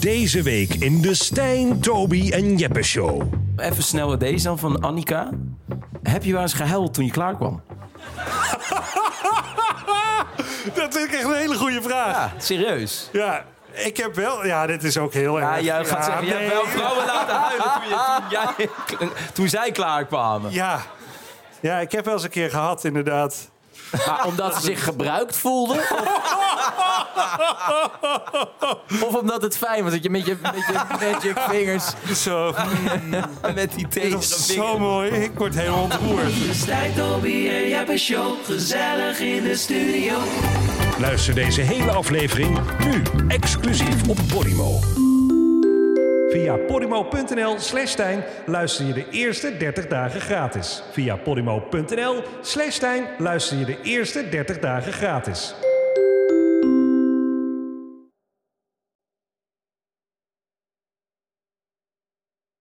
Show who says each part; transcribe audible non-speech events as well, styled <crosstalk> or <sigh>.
Speaker 1: Deze week in de Stijn, Toby en Jeppe Show.
Speaker 2: Even snel deze dan van Annika. Heb je wel eens gehuild toen je klaar kwam?
Speaker 3: Dat is echt een hele goede vraag. Ja,
Speaker 2: Ja, serieus.
Speaker 3: ik heb wel... Ja, dit is ook heel erg...
Speaker 2: Ja, jij gaat zeggen, je
Speaker 3: nee.
Speaker 2: hebt wel vrouwen laten huilen toen, je, toen, jij, toen zij klaarkwamen.
Speaker 3: ja. ja, ik heb wel eens een keer gehad, inderdaad.
Speaker 4: Maar omdat ze zich gebruikt voelden? Of, of omdat het fijn was dat je met je, met je, met je vingers...
Speaker 3: Zo,
Speaker 2: <laughs> Met die
Speaker 3: dat
Speaker 2: tegen
Speaker 3: is zo mooi. Ik word helemaal ontroerd.
Speaker 5: Stijn, Toby en Jeppe Show. Gezellig in de studio.
Speaker 1: Luister deze hele aflevering nu exclusief op Podimo. Via podimo.nl slash Stijn luister je de eerste 30 dagen gratis. Via podimo.nl slash Stijn luister je de eerste 30 dagen gratis.